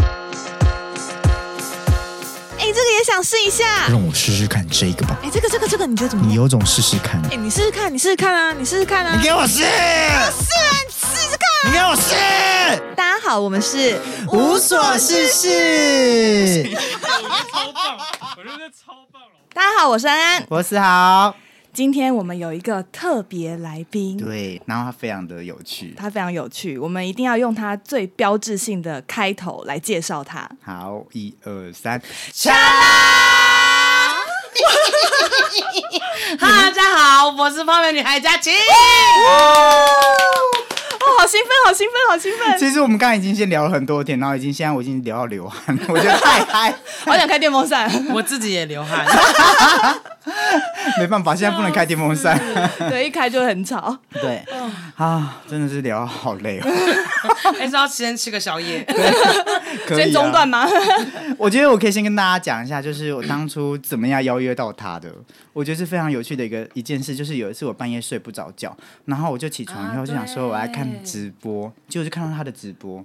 哎想试一下。让我试试看这个吧。哎，这个这个这个，你觉得怎么你样？有种试试看，哎，你试试看，你试试看啊，你试试看啊你，给我试，试啊，你试试看。你给我试，大家好，我们是无所事事。超棒，我觉得超棒了。大家好，我是安安。博士好，今天我们有一个特别来宾，对，然后他非常的有趣。他非常有趣，我们一定要用他最标志性的开头来介绍他。好，一二三，大家好，我是泡面女孩佳琪。哦，好兴奋，好兴奋，好兴奋！其实我们刚才已经先聊了很多天，然后已经现在我已经聊到流汗了，我 觉得太嗨，好想开电风 扇。 我自己也流 汗，没办法，现在不能开电风扇。对，一开就很吵。对，哦啊，真的是聊到好 累哦。还哎是要先吃个宵夜。可以、先啊、中断吗？我觉得我可以先跟大家讲一下，就是我当初怎么样邀约到他的。我觉得是非常有趣的一个一件事，就是有一次我半夜睡不着觉，然后我就起床以后就想说我来看直播，结果就看到他的直播，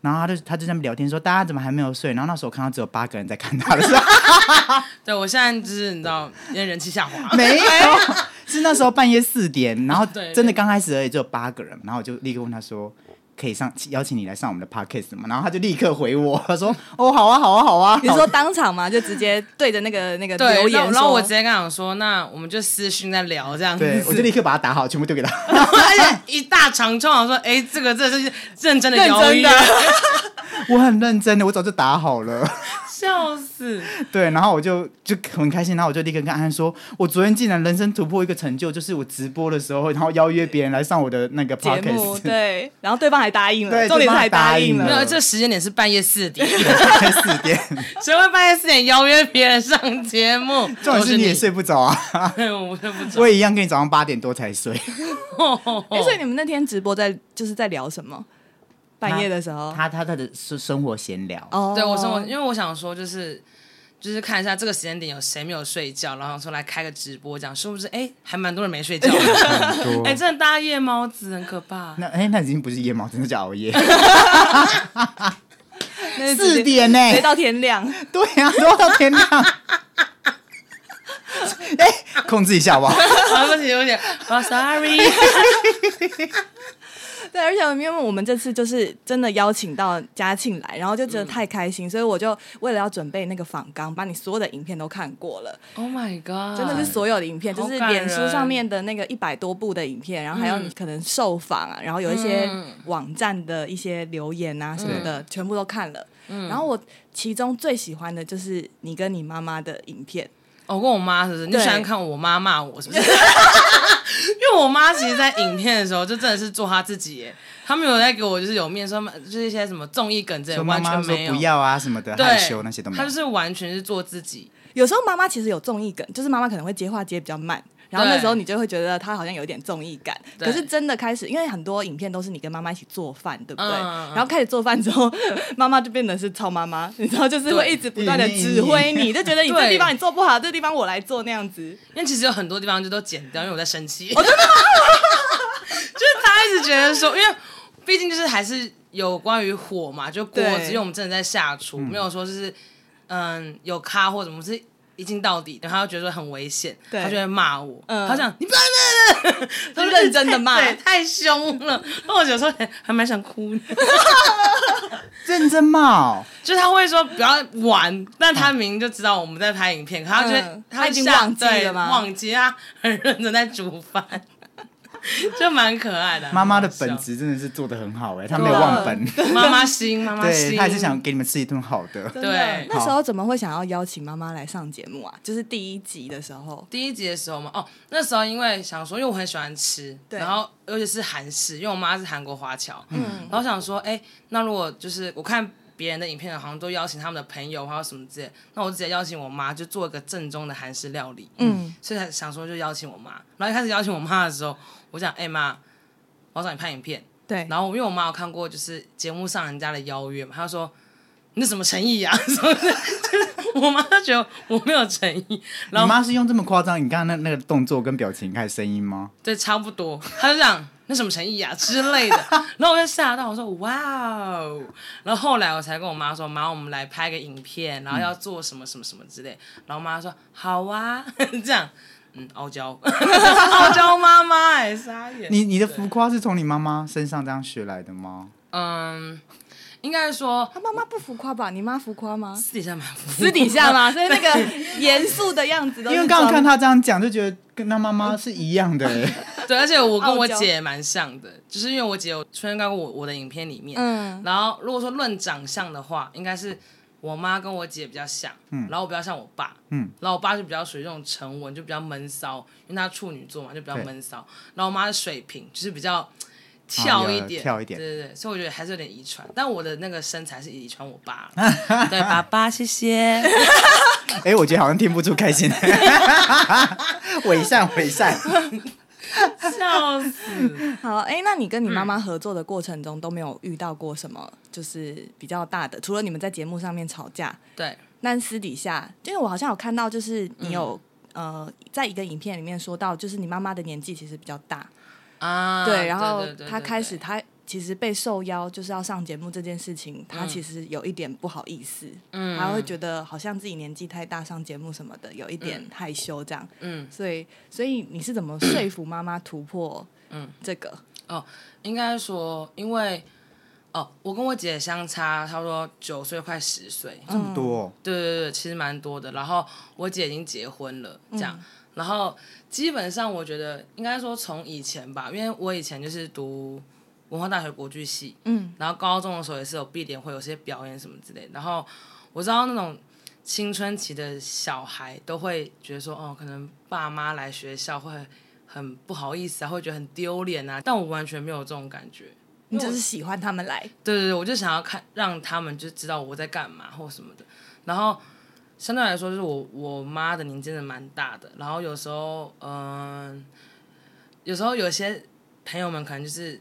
然后他就他就在那边聊天说大家怎么还没有睡？然后那时候我看到只有八个人在看他的时候，对我现在就是你知道，因为人气下滑，没有，是那时候半夜四点，然后对真的刚开始而已只有八个人，然后我就立刻问他说。可以上邀请你来上我们的 podcast 吗？然后他就立刻回我，他说：“哦，好啊，好啊，好啊。” 你是说当场吗？就直接对着那个那个对，留然言后然后我说直接跟他讲说，那我们就私讯再聊这样子。对，我就立刻把它打好，全部丢给他。一大长串，我说，哎，这个这是 认真的认邀真约，的， 我很认真的，我早就打好了。 笑死。对，然后我就就很开心，然后我就立刻跟安安说，我昨天竟然人生突破一个成就，就是我直播的时候，然后邀约别人来上我的那个节目 podcast。对，然后对方还答应了，对重点对是方还答应答没应了有，了。这时间点是半夜四点，四点， 谁会半夜四点邀约别人上节目？ 重点是你也睡不着啊， 都是你，我睡不着。我也一样跟你早上八点多才睡。哎，哦所以你们那天直播在就是在聊什么？半夜的时候， 他他他的生生活闲聊，哦对我生活，因为我想说就是。就是看一下这个时间点有谁没有睡觉，然后想说来开个直播，这样是不是？哎，还蛮多人没睡觉的。多哎，真的大家夜猫子很可 怕。那哎、那已经不是夜猫，真的叫熬夜， 那就直接四点呢、直接到天亮，对啊，都到天亮。哎、控制一下好不好？啊，不行不行，啊，sorry。 对，而且因为我们这次就是真的邀请到嘉庆来，然后就觉得太开嗯心，所以我就为了要准备那个访纲，把你所有的影片都看过了， Oh my god！真的是所有的影片，好就是感脸书人嗯上面的那个一百多部的影片，然后还有你可能受访啊，然后有一些网站的一些留言啊什么嗯的，全部都看了。然后我其中最喜欢的就是你跟你妈妈的影片，哦我跟我妈是不是？你对喜欢看我妈骂我是不是？ 因为我妈其实，在影片的时候就真的是做她自己耶，她没有在给我就是有面说，就是一些什么综艺梗这些说妈完妈全说没有。不要啊什么的，对，害羞那些都没她有就。是完全是做自己。有时候妈妈其实有综艺梗，就是妈妈可能会接话接比较慢。然后对那时候你就会觉得她好像有点综艺感，对可是真的开始，因为很多影片都是你跟妈妈一起做饭，对不对？嗯嗯嗯然后开始做饭之后， 妈妈就变得是超妈妈，你知道，就是会对一直不断的嗯嗯嗯指挥你，就觉得你这对地方你做不好，这地方我来做那样子。因为其实有很多地方就都剪掉，因为我在生气。哦，真的吗？ 就是他一直觉得说，因为毕竟就是还是有关于火嘛，就锅对子，因为我们真的在下厨，没有说就是嗯有咖或者什么是。一镜到底，然后他就觉得很危险，对他就会骂我，嗯他讲你不要骂人，就认真地骂对，太凶了。 那我有时候还还蛮想哭的，认真哦帽，就是他会说不要玩，但他明明就知道我们在拍影片，可他就会、嗯会他已经吓忘记对了吗忘记他很认真在煮饭， 就蛮可爱的啊、妈妈的很本好质真的是做的很好哎、她没有忘本，笑，啊妈妈心，妈妈对，心，她还是想给你们吃一顿好的。真的对那时候怎么会想要邀请妈妈来上节目啊？就是第一集的时候，第一集的时候嘛，哦，那时候因为想说，因为我很喜欢吃，对然后尤其是韩式，因为我妈是韩国华侨，嗯，然后想说，哎、那如果就是我看别人的影片，好像都邀请他们的朋友还有什么之类，那我就直接邀请我妈，就做一个正宗的韩式料理，嗯，所以才想说就邀请我妈。然后一开始邀请我妈的时候，我想，哎、妈，我要找你拍影片。对，然后因为我妈有看过就是节目上人家的邀约嘛，她就说你这什么诚意啊？ 什么的，就是我妈就觉得我没有诚意，你妈是用这么夸张？你刚刚那那个动作跟表情还有声音吗？对，差不多，她就这样。那什么诚意啊之类的。 然后我就吓到，我说哇哦！然后后来我才跟我妈说，妈，我们来拍个影片，然后要做什么什么什么之类。然后我妈说好啊， 这样，嗯，傲娇， 傲娇妈妈哎、傻眼。你你的浮夸是从你妈妈身上这样学来的吗？嗯，应该说他妈妈不浮夸吧？你妈浮夸吗？私底下蛮 服 私底下嘛，所以那 个严肃的样子都是因为刚刚看装她这样讲，就觉得跟她妈妈是一样的、 欸。对，而且我跟我傲娇姐蛮像的，就是因为我姐有出现在过我我的影片里面。嗯然后如果说论长相的话，应该是我妈跟我姐比较像，然后我比较像我爸，嗯然后我爸就比较属于这种沉稳，就比较闷骚，因为他处女座嘛，就比较闷骚。然后我妈是水瓶，就是比较跳一有点，有跳一点对对对，所以我觉得还是有点遗传。但我的那个身材是遗传我爸了，对，爸爸谢谢。 哎、我觉得好像听不出开心。伪善伪善，笑死！好，哎、那你跟你妈妈合作的过程中都没有遇到过什么就是比较大的，除了你们在节目上面吵架，对，但私底下，因为我好像有看到，就是你有、呃，在一个影片里面说到，就是你妈妈的年纪其实比较大，啊，嗯对，然后对对对她对开始对她其实被受邀就是要上节目这件事情，她其实有一点不好意思，嗯她会觉得好像自己年纪太大上节目什么的，有一点害羞这样，嗯，所以所以你是怎么说服妈妈突破嗯这个？应该说，因为哦，我跟我姐相差差不多九岁，快十岁，这么多哦对对对，其实蛮多的。然后我姐已经结婚了，这样。然后基本上我觉得应该说从以前吧，因为我以前就是读文化大学国剧系，嗯，然后高中的时候也是有必点会有些表演什么之类的。然后我知道那种青春期的小孩都会觉得说，哦，可能爸妈来学校会很不好意思啊，会觉得很丢脸啊。但我完全没有这种感觉，你就是喜欢他们来，对对对，我就想要看让他们就知道我在干嘛或什么的。然后相对来说，就是我我妈的年纪真的蛮大的，然后有时候嗯、有时候有些朋友们可能就是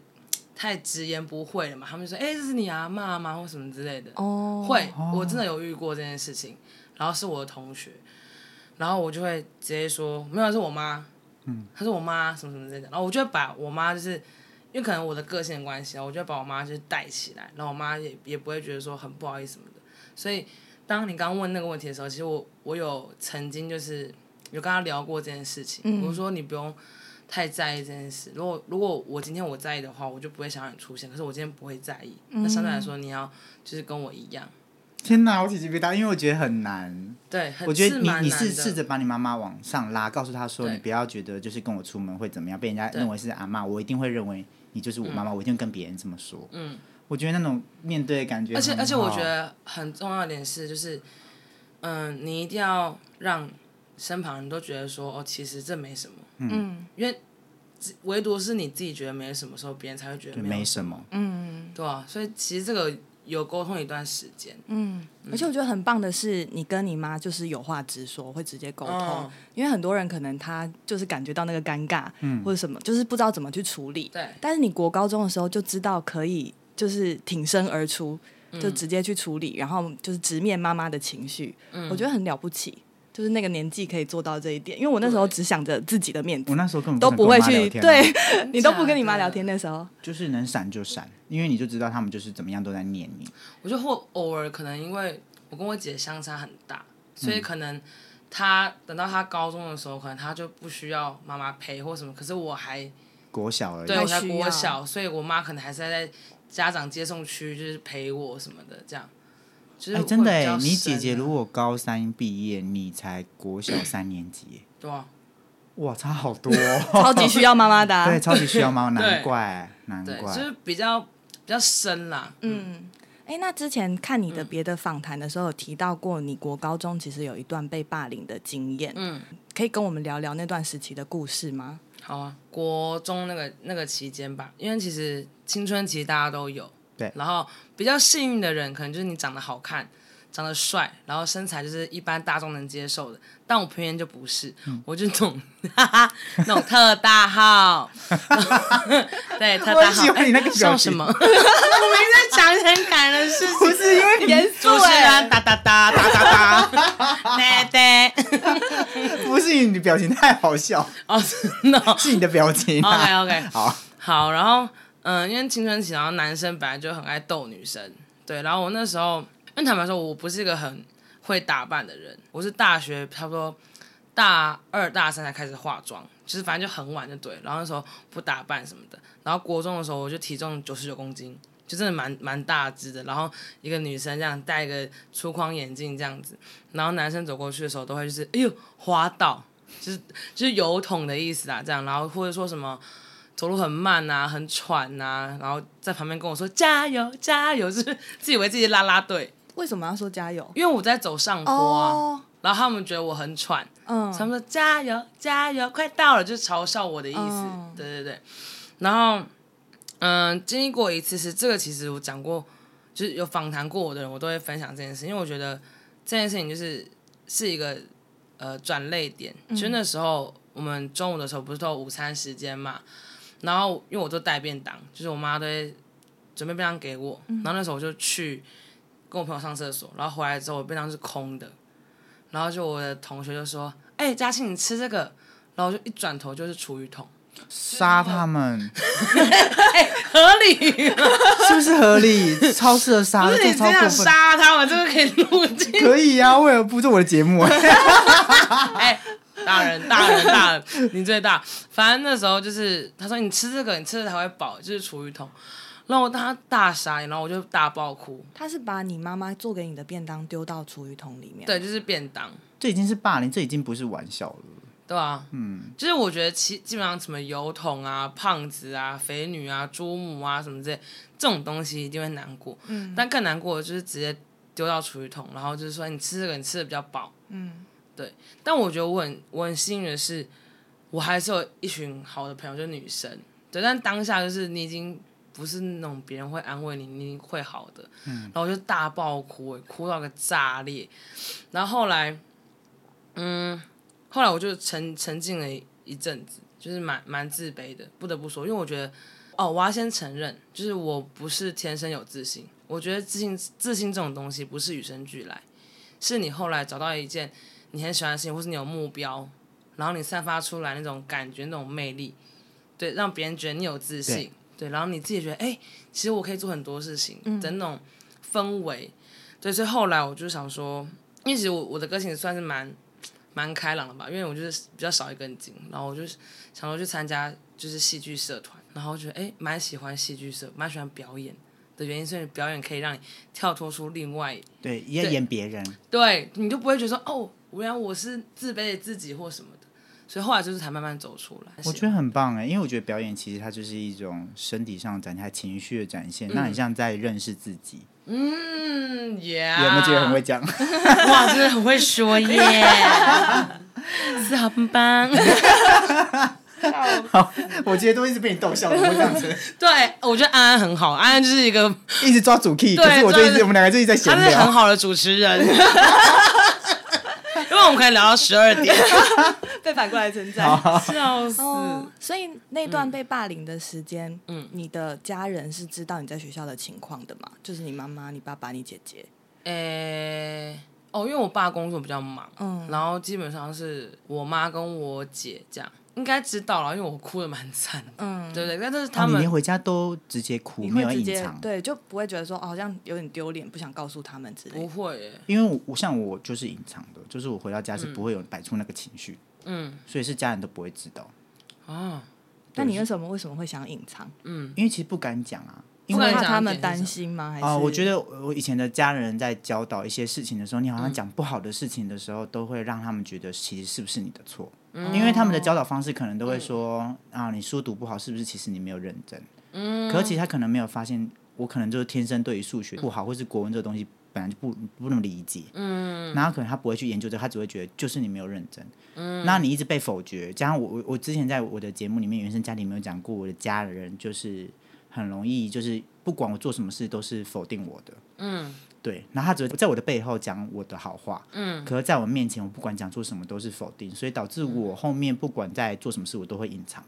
太直言不讳了嘛，他们就说：“哎、这是你阿妈吗？”或什么之类的。哦会，我真的有遇过这件事情，然后是我的同学，然后我就会直接说没有，是我妈，嗯，她是我妈什么什么之类的，然后我就会把我妈就是，因为可能我的个性的关系，然后啊我就会把我妈就是带起来，然后我妈也也不会觉得说很不好意思什么的，所以当你刚问那个问题的时候，其实我我有曾经就是有跟她聊过这件事情，嗯我说你不用。太在意这件事，如果如果我今天我在意的话，我就不会想让你出现。可是我今天不会在意，那相嗯对来说，你要就是跟我一样，天哪，我体积比大，因为我觉得很难。对，很我觉得是你蛮你难是的试着把你妈妈往上拉，告诉她说对你不要觉得就是跟我出门会怎么样，被人家对认为是阿嬷，我一定会认为你就是我妈妈，我一定会跟别人这么说。嗯，我觉得那种面对的感觉而很好，且而且我觉得很重要的点是，就是嗯，你一定要让身旁人都觉得说，哦，其实这没什么，嗯因为只唯独是你自己觉得没什么时候，别人才会觉得对有没什么。嗯对啊，所以其实这个有沟通一段时间，嗯，而且我觉得很棒的是，你跟你妈就是有话直说，会直接沟通，嗯因为很多人可能他就是感觉到那个尴尬，嗯或者什么，就是不知道怎么去处理。对但是你国高中的时候就知道可以，就是挺身而出，就直接去处理，然后就是直面妈妈的情绪，我觉得很了不起。就是那个年纪可以做到这一点，因为我那时候只想着自己的面子我，那时候根本都不不会能跟我妈去聊天啊哦对你都不跟你妈假的聊天那时 候，就是能闪就闪，因为你就知道他们就是怎么样都在念你。我就或偶尔可能因为我跟我姐相差很大，所嗯以可能她等到她高中的时候，可能她就不需要妈妈陪或什么，可是我还。国小而已对，，还我才需国要小，所以我妈可能还是在家长接送区，就是陪我什么的，这样。就是、哎，真的哎，你姐啊姐如果高三毕业，你才国 小三年级耶，对啊，哇，差好 多、哦。超级需要妈妈的、啊。对，超级需要猫，对难怪，难对，怪就。是比较比较深啦。嗯，哎，那之前看嗯你的别的访谈的时候，有提到过你国高中其实有一段被霸凌的经验，嗯，可以跟我们聊聊那段时期的故事吗？好啊，国中那个那个期间吧，因为其实青春期大家都有，对然后比较幸运的人，可能就是你长得好看。长得帅，然后身材就是一般大众能接受的，但我偏偏就不是，嗯我就那种 那种特大号， 对特我大很喜号，欢你那个哎表笑情什么？我们在讲一些很感人的事情，是因为严主持人哒哒哒哒哒哒， 对 对，不是你的表情太好笑， 哦，真的是你的表情、啊。 ，OK OK，好，好，然后嗯、因为青春期，然后男生本来就很爱逗女生，对，然后我那时候，因为坦白说，我不是一个很会打扮的人，我是大学差不多大二大三才开始化妆，就是反正就很晚就对，然后那时候不打扮什么的，然后国中的时候我就体重九十九公斤。就真的蛮蛮大只的，然后一个女生这样戴一个粗框眼镜这样子，然后男生走过去的时候都会就是哎呦滑倒，就是就是油桶的意思啊，这样，然后或者说什么走路很慢呐、很喘呐、然后在旁边跟我说加油加油，就是自以为自己是啦啦队，为什么要说加油？因为我在走上坡啊，哦，然后他们觉得我很喘，嗯，他们说加油加油，快到了，就是嘲笑我的意思。嗯对对对，然后嗯、经历过一次是这个，其实我讲过，就是有访谈过我的人，我都会分享这件事，因为我觉得这件事情就是是一个呃转泪点。就是那时候我们中午的时候不是都有午餐时间嘛，然后因为我都带便当，就是我妈都会准备便当给我，然后那时候我就去跟我朋友上厕所，然后回来之后我便当是空的，然后就我的同学就说：“哎、嘉庆，你吃这个。”然后我就一转头就是厨余桶，杀他 们合理吗？是不是合理？超适合杀不的，是这你超过这样分。杀他们，这个可以录进可以呀、啊，为了不做我的节 目， 哎，大人，大人，大人，你最大。反正那时候就是他说你吃这个，你吃了才会饱，就是厨余桶。然后我当他大傻眼，然后我就大爆哭。他是把你妈妈做给你的便当丢到厨余桶里面。，对，就是便当，这已经是霸凌，这已经不是玩笑了。对啊，嗯，就是我觉得其基本上什么油桶啊、胖子啊、肥女啊、猪母啊什么之类，这种东西一定会难过。嗯，但更难过的就是直接丢到厨余桶，然后就是说你吃这个，你吃的比较饱。嗯，但我觉得我很我很幸运的是，我还是有一群好的朋友，就是女生。对，但当下就是你已经不是那种别人会安慰你，你会好的。然后我就大爆哭、欸，哭到个炸裂。然后后来，嗯，后来我就沉沉浸了一一阵子，就是蛮蛮自卑的，不得不说，因为我觉得，哦，我要先承认，就是我不是天生有自信。我觉得自信自信这种东西不是与生俱来，是你后来找到一件你很喜欢的事情，或是你有目标，然后你散发出来那种感觉、那种魅力，对，让别人觉得你有自信，对，然后你自己觉得，哎、其实我可以做很多事情的那种氛围，对，所以后来我就想说，因为其实我我的个性算是蛮蛮开朗的吧，因为我就是比较少一根筋，然后我就想说去参加就是戏剧社团，然后觉得哎蛮、喜欢戏剧社，蛮喜欢表演的原因是因为表演可以让你跳脱出另外对，也对演别人，对，你就不会觉得说哦，原来我是自卑的自己或什么的。所以后来就是才慢慢走出来。我觉得很棒哎，因为我觉得表演其实它就是一种身体上的展现，还情绪的展现，那很像在认识自己。嗯，耶、yeah，有没有觉得很会 讲？哇，真的很会 说耶， 是好棒棒。我今天都一直被你逗笑，怎么会这样 子？对，我觉得安安很好，安安就是一个一直抓主 key，对可是我就一抓直着我们两个就一直在闲他是很聊。好的主持人， 因为我们可以聊到十二点， 被反过来称赞。笑死。哦，所以那段被霸凌的时间，嗯嗯，你的家人是知道你在学校的情况的嘛？就是你妈妈、你爸爸、你姐姐，诶、哦，因为我爸工作比较忙，嗯然后基本上是我妈跟我姐这样，应该知道了，因为我哭的蛮惨的，嗯，对不对？但是他他啊你们、连回家都直接哭，你没会直有隐接藏。对，就不会觉得说哦好像有点丢脸，不想告诉他们之类不的。会耶，因为我我像我就是隐藏的，就是我回到家是嗯不会有摆出那个情绪，嗯所以是家人都不会知道，啊，哦那你为什么为什么会想隐藏？嗯，因为其实不敢讲啊，因不为敢怕讲他们担心吗？还是啊、我觉得我以前的家人在教导一些事情的时候，你好嗯像讲不好的事情的时候，都会让他们觉得其实是不是你的错，嗯因为他们的教导方式可能都会说、啊，你书读不好是不是其实你没有认真，嗯，可是其实他可能没有发现，我可能就是天生对于数学嗯不好，或是国文这个东西本来就不不那么理解，嗯，然后可能他不会去研究这个，他只会觉得就是你没有认真，嗯，那你一直被否决，加上我我我之前在我的节目里面原生家庭没有讲过，我的家人就是很容易就是不管我做什么事都是否定我的，嗯，对，然后他只会在我的背后讲我的好话，嗯，可是在我面前我不管讲出什么都是否定，所以导致我后面不管在做什么事我都会隐藏，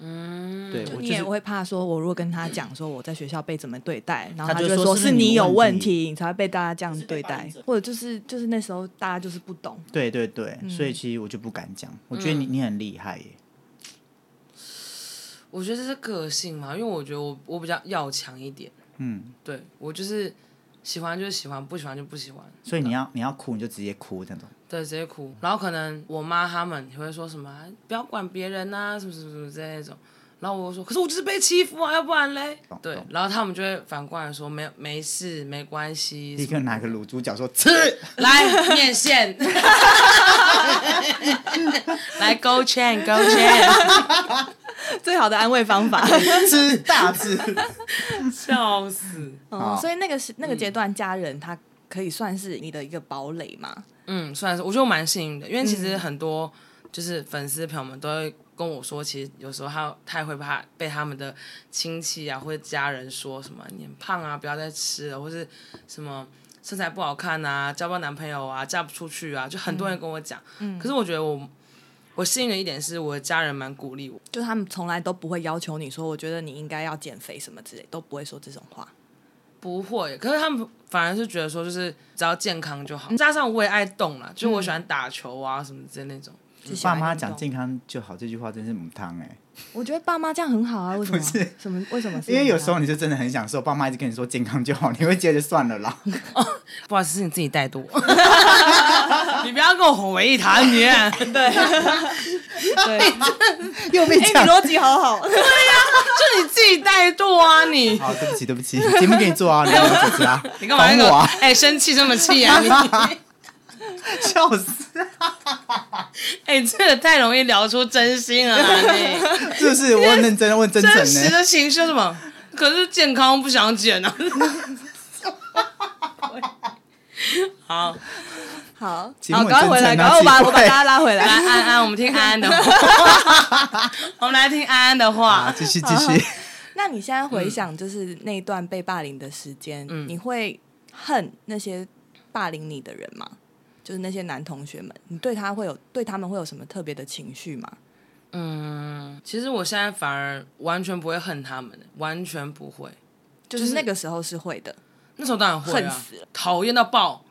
嗯，对就我你就也是。会怕说，我如果跟他讲说我在学校被怎么对待，然后他他就会说说是是你你有有问问题题，你才会被大家这样对待，或者就是就是那时候大家就是不懂，对对嗯嗯对，所以其实我就不敢讲。我觉得你你很厉害耶，我觉得这是个性嘛，因为我觉得我我比较要强一点，嗯，对我就是喜欢就是喜欢，不喜欢就不喜欢，所以你要你要哭你就直接哭那种。对，直接哭。然后可能我妈他们也会说什么啊“不要管别人呐、什么什么什么之类的那种。然后我就说：“可是我就是被欺负啊，要不然嘞懂？”对懂，然后他们就会反过来说：“没没事，没关系。立什刻么拿个卤猪脚说吃，”来面线， 来 go chain go chain， 最好的安慰方法。吃大吃。笑死。哦 好，所以那个是那个阶段，家人他可以算是你的一个堡垒嘛？嗯，算是我觉得我蛮幸运的，因为其实很多就是粉丝朋友们都会跟我说，其实有时候他太会怕被他们的亲戚啊或者家人说什么你很胖啊，不要再吃了，或是什么身材不好看啊，交不到男朋友啊，嫁不出去啊，就很多人跟我讲。可是我觉得我我幸运的一点是我的家人蛮鼓励我，就他们从来都不会要求你说，我觉得你应该要减肥什么之类，都不会说这种话。不会，可是他们反而是觉得说就是只要健康就好，加上我也爱动啦，就我喜欢打球啊什么之类那种。就喜欢爸妈运动讲健康就好这句话真是母汤哎，我觉得爸妈这样很好啊，为什么？是什么？为什么是？啊啊因为有时候你是真的很享受，爸妈一直跟你说健康就好，你会觉得算了 啦。不好意思，是你自己带的我。 你不要跟我混为一谈，你。对，哎，又被你讲，逻辑好好，就你自己带惰啊，你。好，对不起对不起，节目给你做啊，你要我主持啊， 你干嘛那懂个我啊？？哎、生气这么气啊你！笑死，哎、这个太容易聊出真心了啦，你。就是我很认真问真真诚欸实呢，的情绪是什么？可是健康不想减啊。好，好，节目好，很赶快回来，赶正常啊快我把奇我怪把大家拉回来 来。安安，我们听安安的话。我们来听安安的啊话。继续继续，那你现在嗯回想，就是那一段被霸凌的时间，嗯你会恨那些霸凌你的人吗？就是那些男同学们，你对他会有对他们会有什么特别的情绪吗？嗯，其实我现在反而完全不会恨他们，完全不会。就是那个时候是会的，那时候当然会恨啊死了，讨厌到爆。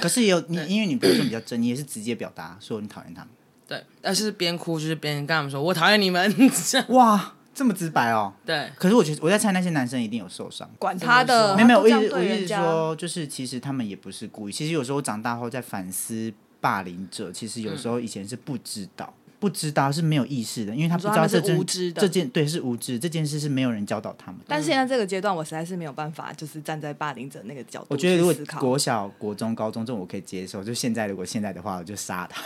可是也有你，因为你比如说比较真，你也是直接表达说你讨厌他们。对，而是边哭就是边跟他们说：“我讨厌你们。 哇，这么直白哦。”对，可是我觉得我在猜那些男生一定有受伤。管他的，没有没有，我他就这一直样我对一直人家，说，就是其实他们也不是故意。其实有时候长大后再反思霸凌者，其实有时候以前是不知道，不知道是没有意识的，因为他嗯你说不知他道们这是件无知的这件对是无知这件事是没有人教导他们的。但是现在这个阶段，我实在是没有办法，就是站在霸凌者那个角度我觉得如去思果考国小、国中、高中这种我可以接受，就现在如果现在的话，我就杀他。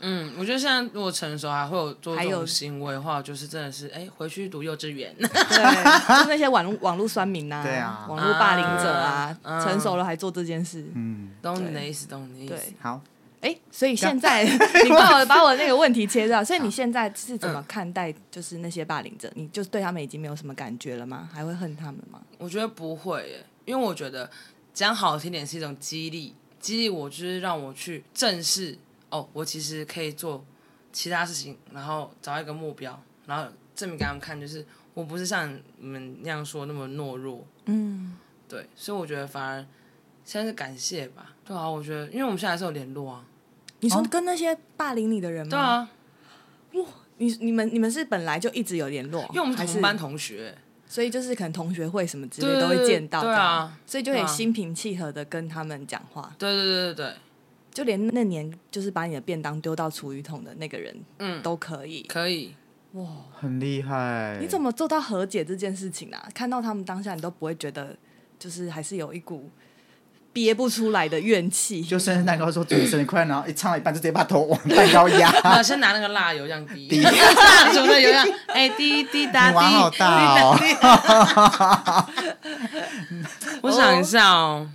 嗯，我觉得现在如果成熟还会有做还这有种行为的话，就是真的是哎，回去读幼稚园。 对，就是那些网络网络酸民呐、对啊网络霸凌者啊，嗯成熟了还做这件事，懂你的意思，懂你的意思对。好，哎、所以现在 你把我把我那个问题切掉，所以你现在是怎么看待就是那些霸凌者？你就对他们已经没有什么感觉了吗？还会恨他们吗？我觉得不会耶，因为我觉得讲好听点是一种激励，激励我就是让我去正视哦，我其实可以做其他事情，然后找一个目标，然后证明给他们看，就是我不是像你们那样说那么懦弱。嗯，对，所以我觉得反而现在是感谢吧。对啊，我觉得因为我们现在还是有联络啊。你说跟那些霸凌你的人吗？对，啊，你你们你们是本来就一直有联络，因为我们还是是同班同学，所以就是可能同学会什么之类对都会见到，对啊，所以就可以对啊心平气和的跟他们讲话，对对对对对，就连那年就是把你的便当丢到厨余桶的那个人，嗯都可以。可以。很厉害。你怎么做到和解这件事情啊？看到他们当下，你都不会觉得就是还是有一股憋不出来的怨气，就生日蛋糕说祝你生日快乐，然后一唱到一半就直接把头往蛋糕 压。啊，先拿那个蜡油这样滴，蜡烛的油这样，哎，滴滴答你玩好滴。大哦！我想一下哦，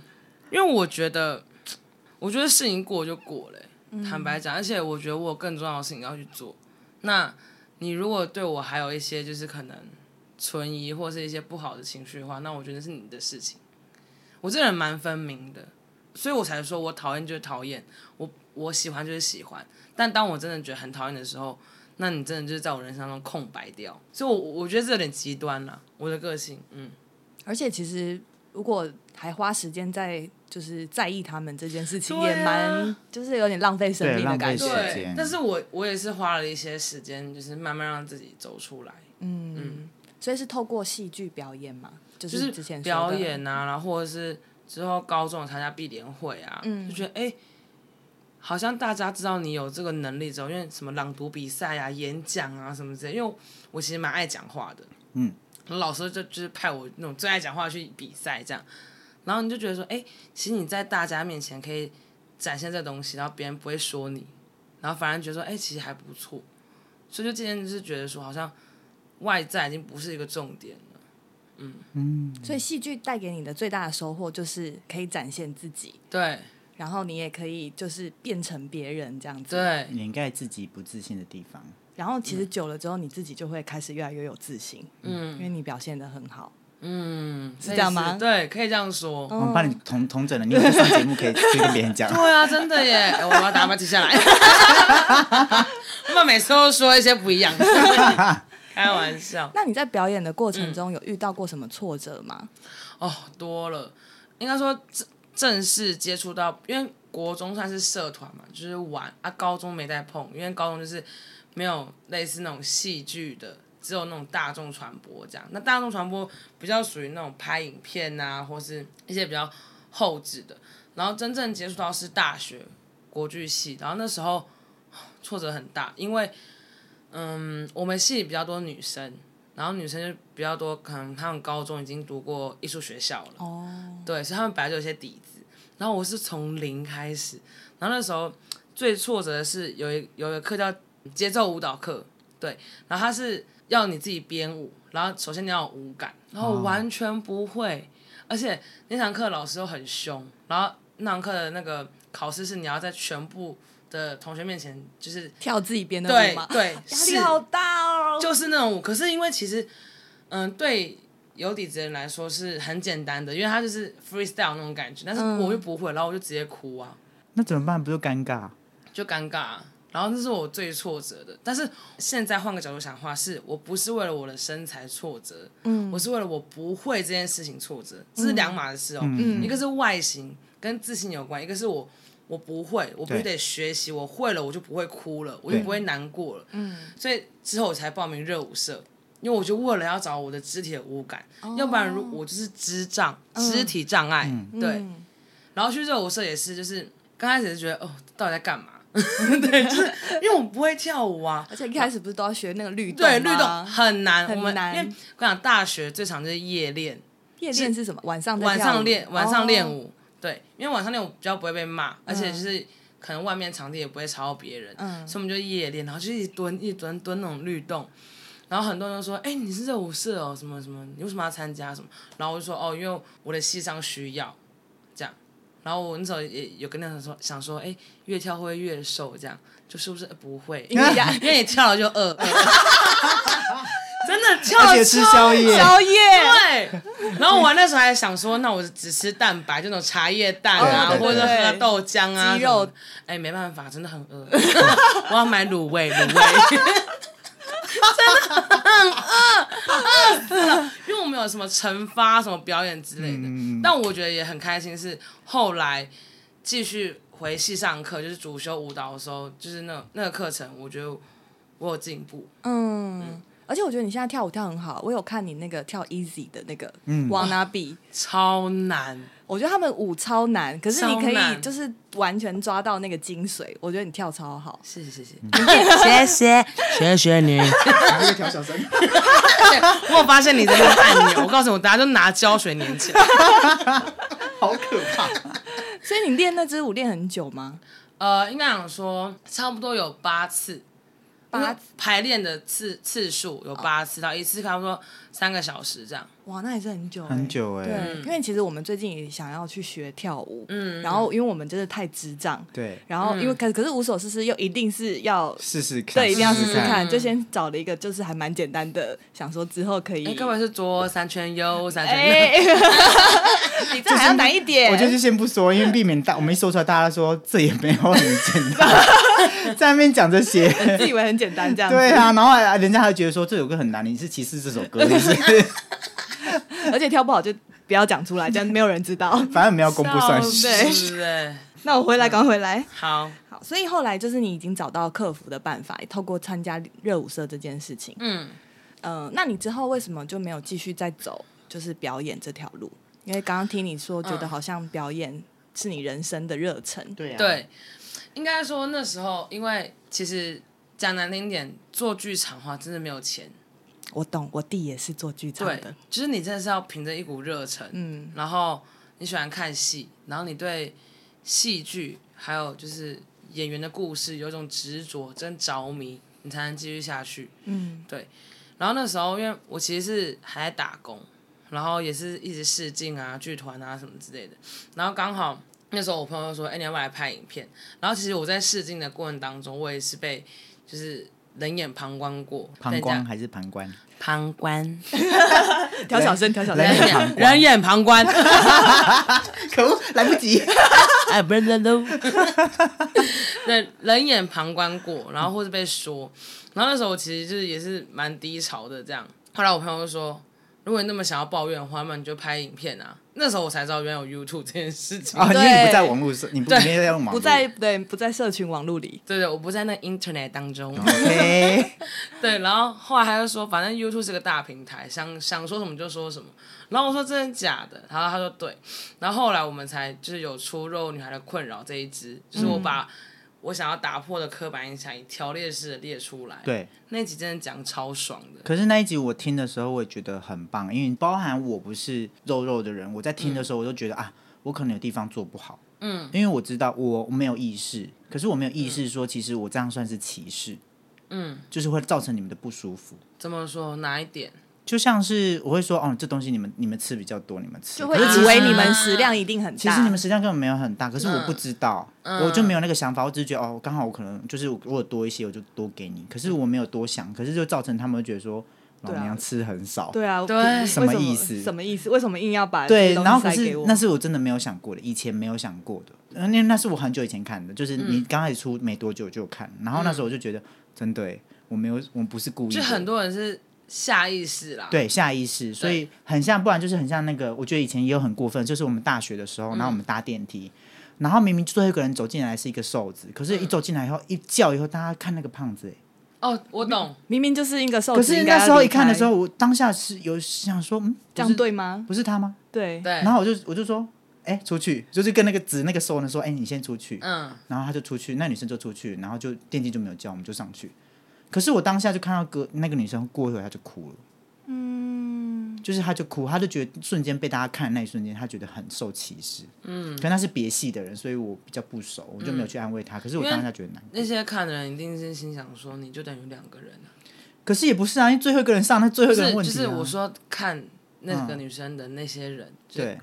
因为我觉得，我觉得事情过就过了、欸坦白讲，而且我觉得我有更重要的事情要去做。那你如果对我还有一些就是可能存疑或是一些不好的情绪的话，那我觉得是你的事情。我这人蛮分明的，所以我才说我讨厌就是讨厌，我我喜欢就是喜欢。但当我真的觉得很讨厌的时候，那你真的就是在我人生当中空白掉。所以我，我我觉得这有点极端了，我的个性，嗯，而且其实如果还花时间在就是在意他们这件事情，对啊也蛮就是有点浪费生命对的浪费感觉。时间对，但是我我也是花了一些时间，就是慢慢让自己走出来。嗯，所以是透过戏剧表演嘛，就就是之前说的表，演啊，然后或者是之后高中有参加毕联会啊，嗯就觉得哎、好像大家知道你有这个能力之后，因为什么朗读比赛啊、演讲啊什么之类，因为我其实蛮爱讲话的，嗯，老师就就是派我那种最爱讲话去比赛这样，然后你就觉得说，哎、其实你在大家面前可以展现这东西，然后别人不会说你，然后反而觉得说，哎、其实还不错，所以就渐渐就是觉得说，好像外在已经不是一个重点了。所以戏剧带给你的最大的收获就是可以展现自己，对然后你也可以就是变成别人这样子。对，掩盖自己不自信的地方。然后其实久了之后，你自己就会开始越来越有自信，嗯因为你表现的很好。嗯，是这样吗类似对，可以这样说。 嗯我们帮你同同整了，你有这上节目可以去跟别人讲。 对啊，真的耶！哎我把打把记下来。 我们每次都说一些不一样的， 开玩笑那你在表演的过程中有遇到过什么挫折吗？哦，多了。应该说正正式接触到，因为国中算是社团嘛，就是玩啊。高中没再碰，因为高中就是没有类似那种戏剧的，只有那种大众传播这样。那大众传播比较属于那种拍影片啊，或是一些比较后置的。然后真正接触到是大学国剧系，然后那时候 挫折很大，因为嗯，我们系比较多女生，然后女生就比较多，可能她们高中已经读过艺术学校了，哦，对，所以她们本来就有些底子。然后我是从零开始，然后那时候最挫折的是有一有一个课叫节奏舞蹈课，对，然后它是要你自己编舞，然后首先你要有舞感，然后我完全不会，而且那堂课老师又很凶，然后那堂课的那个考试是你要在全部的同学面前就是跳自己编的舞对吗？对压是力好大哦。就是那种，可是因为其实，嗯、对有底子的人来说是很简单的，因为他就是 freestyle 那种感觉，但是嗯我就不会，然后我就直接哭啊，那怎么办？不就尴尬？就尴尬、啊。然后这是我最挫折的，但是现在换个角度想的话，是我不是为了我的身材挫折，嗯我是为了我不会这件事情挫折，这是两码的事哦。嗯一个是外形跟自信有关，一个是我我不会，我必须对得学习，我会了我就不会哭了，我就对不会难过了。嗯，所以之后我才报名热舞社，因为我就为了要找我的肢体的舞感，哦要不然如我就是肢障、肢体障碍，对。嗯然后去热舞社也是，就是刚开始是觉得哦，到底 在干嘛？对，就是因为我不会跳舞啊，而且一开始不是都要学那个律动吗？对，律动很难。很我们难因为我想大学最常就是夜练，夜练是什么？晚上在晚跳上舞练晚上练。哦舞，对，因为晚上练舞比较不会被骂，而且就是可能外面场地也不会吵到别人，嗯所以我们就夜练，然后就一直蹲一直蹲蹲那种律动。然后很多人都说：“哎、你是热舞社哦，什么什么，你为什么要参加什么？”然后我就说：“哦，因为我的戏上需要，这样。”然后我那时候也有跟那人说，想说：“哎、越跳会不会越瘦？这样就是不是、呃不会？因 因为压为你跳了就饿， 真的跳而了且吃超宵夜，宵夜，对，然后我那时候还想说，那我只吃蛋白，就那种茶叶蛋哦啊，对对或者对喝豆浆啊，鸡肉什么的。哎、没办法，真的很饿， 我要买卤味，卤味。真的很饿，饿死了，因为我们有什么惩罚、什么表演之类的。嗯但我觉得也很开心，是后来继续回系上课，就是主修舞蹈的时候，就是那那个课程，我觉得我有进步。嗯。而且我觉得你现在跳舞跳很好，我有看你那个跳 easy 的那个 wanna be，、超难，我觉得他们舞超难，可是你可超难以就是完全抓到那个精髓，我觉得你跳超好。谢谢谢谢。嗯谢谢，谢谢你。还会调小 声。我有发现你的那个按钮，我告诉你，我等下就拿胶水粘起来。好可怕！所以你练那支舞练很久吗？呃，应该想说差不多有八次，八因为排练的次次数有八次，到一次差不多三个小时这样。哇，那也是很久、欸，很久哎、对，因为其实我们最近也想要去学跳舞，嗯，然后因为我们真的太智障，对，然后因为可可是无所事事又一定是要试试看，对，一定要试试试看，就先找了一个就是还蛮简单的，想说之后可以哎、。各位是左三圈右三圈 右，哎，你这还要难一点。我就是先不说，因为避免大我们一说出来，大家说这也没有很 简单，在那边讲这些。自以为很简单这样，对，啊，然后还人家还觉得说这首歌很难，你是歧视这首 歌，你是而且跳不好就不要讲出来，这样没有人知 道。反正我们要公布算是。对是哎，那我回来，赶快回来。好，好，所以后来就是你已经找到克服的办法，透过参加热舞社这件事情。嗯，呃，那你之后为什么就没有继续再走就是表演这条路？因为刚刚听你说，觉得好像表演是你人生的热忱。对啊，对，应该说那时候，因为其实讲难听点，做剧场的话真的没有钱，我懂，我弟也是做剧场对的。，就是你真的是要凭着一股热忱，嗯，然后你喜欢看戏，然后你对戏剧还有就是演员的故事有一种执着真着迷，你才能继续下去。嗯，对。然后那时候，因为我其实是还在打工，然后也是一直试镜啊、剧团啊什么之类的。然后刚好那时候我朋友说：“哎、你要不要来拍影片？”然后其实我在试镜的过程当中，我也是被就是冷眼旁观过，被膀人家胱还是膀胱？旁观， 调小声，调小声来。冷眼冷眼旁观。 可恶，来不 及。哎，不是都 对，冷眼旁观过，然后或是被说，然后那时候我其实就是也是蛮低潮的这样。后来我朋友就说，如果你那么想要抱怨的话，那你就拍影片啊。那时候我才知道原来有 YouTube 这件事情。啊，因对为你不在网络上，你不对你也在用网 络，不在对，不在社群网络里。对对，我不在那 Internet 当中。 OK，对，然后后来他就说，反正 YouTube 是个大平台，想想说什么就说什么。然后我说真的假的，然后他说对。然后后来我们才就是有出《肉女孩的困扰》这一支，就是我嗯把我想要打破的刻板印象以条列式的列出来。对。那一集真的讲超爽的。可是那一集我听的时候，我也觉得很棒，因为包含我不是肉肉的人，我在听的嗯时候我就觉得、啊，我可能有地方做不好，嗯，因为我知道我没有意识，可是我没有意嗯识说其实我这样算是歧视，嗯，就是会造成你们的不舒服。怎么说？哪一点？就像是我会说，哦，这东西你们你们吃比较多，你们吃，就会可是其以实为你们食量一定很大。其实你们实际上根本没有很大，可是我不知道，嗯我就没有那个想法，我只是觉得哦，刚好我可能就是我我有多一些，我就多给你，可是我没有多想，可是就造成他们会觉得说老对啊娘吃很少，对啊，对为什么意思什么意思？为什么硬要把对这些然后东西可塞是给我那？是我真的没有想过的，以前没有想过的，呃那那是我很久以前看的，就是嗯你刚开始出没多久就有看，然后那时候我就觉得真的欸，我没有，我不是故意就的，很多人是下意识啦。，对，下意识，所以很像，不然就是很像那个，我觉得以前也有很过分，就是我们大学的时候，然后嗯我们搭电梯，然后明明最后一个人走进来是一个瘦子，可是嗯一走进来以后、一叫以后，大家看那个胖子、欸，哦，我懂。明明就是一个瘦可子，应是该那要时候离一看的开时候，，我当下是有想说，嗯，这样对吗？不是他吗？对，对，然后我就我就说，哎、出去，就是跟那个指那个瘦的说，哎、你先出去，嗯，然后他就出去，那女生就出去，然后就电梯就没有叫，我们就上去。可是我当下就看到哥那个女生过一会儿，她就哭了。嗯，就是她就哭，她就觉得瞬间被大家看的那一瞬间，她觉得很受歧视。嗯，可能她是别系的人，所以我比较不熟，我就嗯没有去安慰她。可是我当下觉得难过。那些看的人一定是心想说，你就等于两个人啊。可是也不是啊，因为最后一个人上，那最后一就个是人问就题、啊嗯是我说看那个女生的那些人，就是对，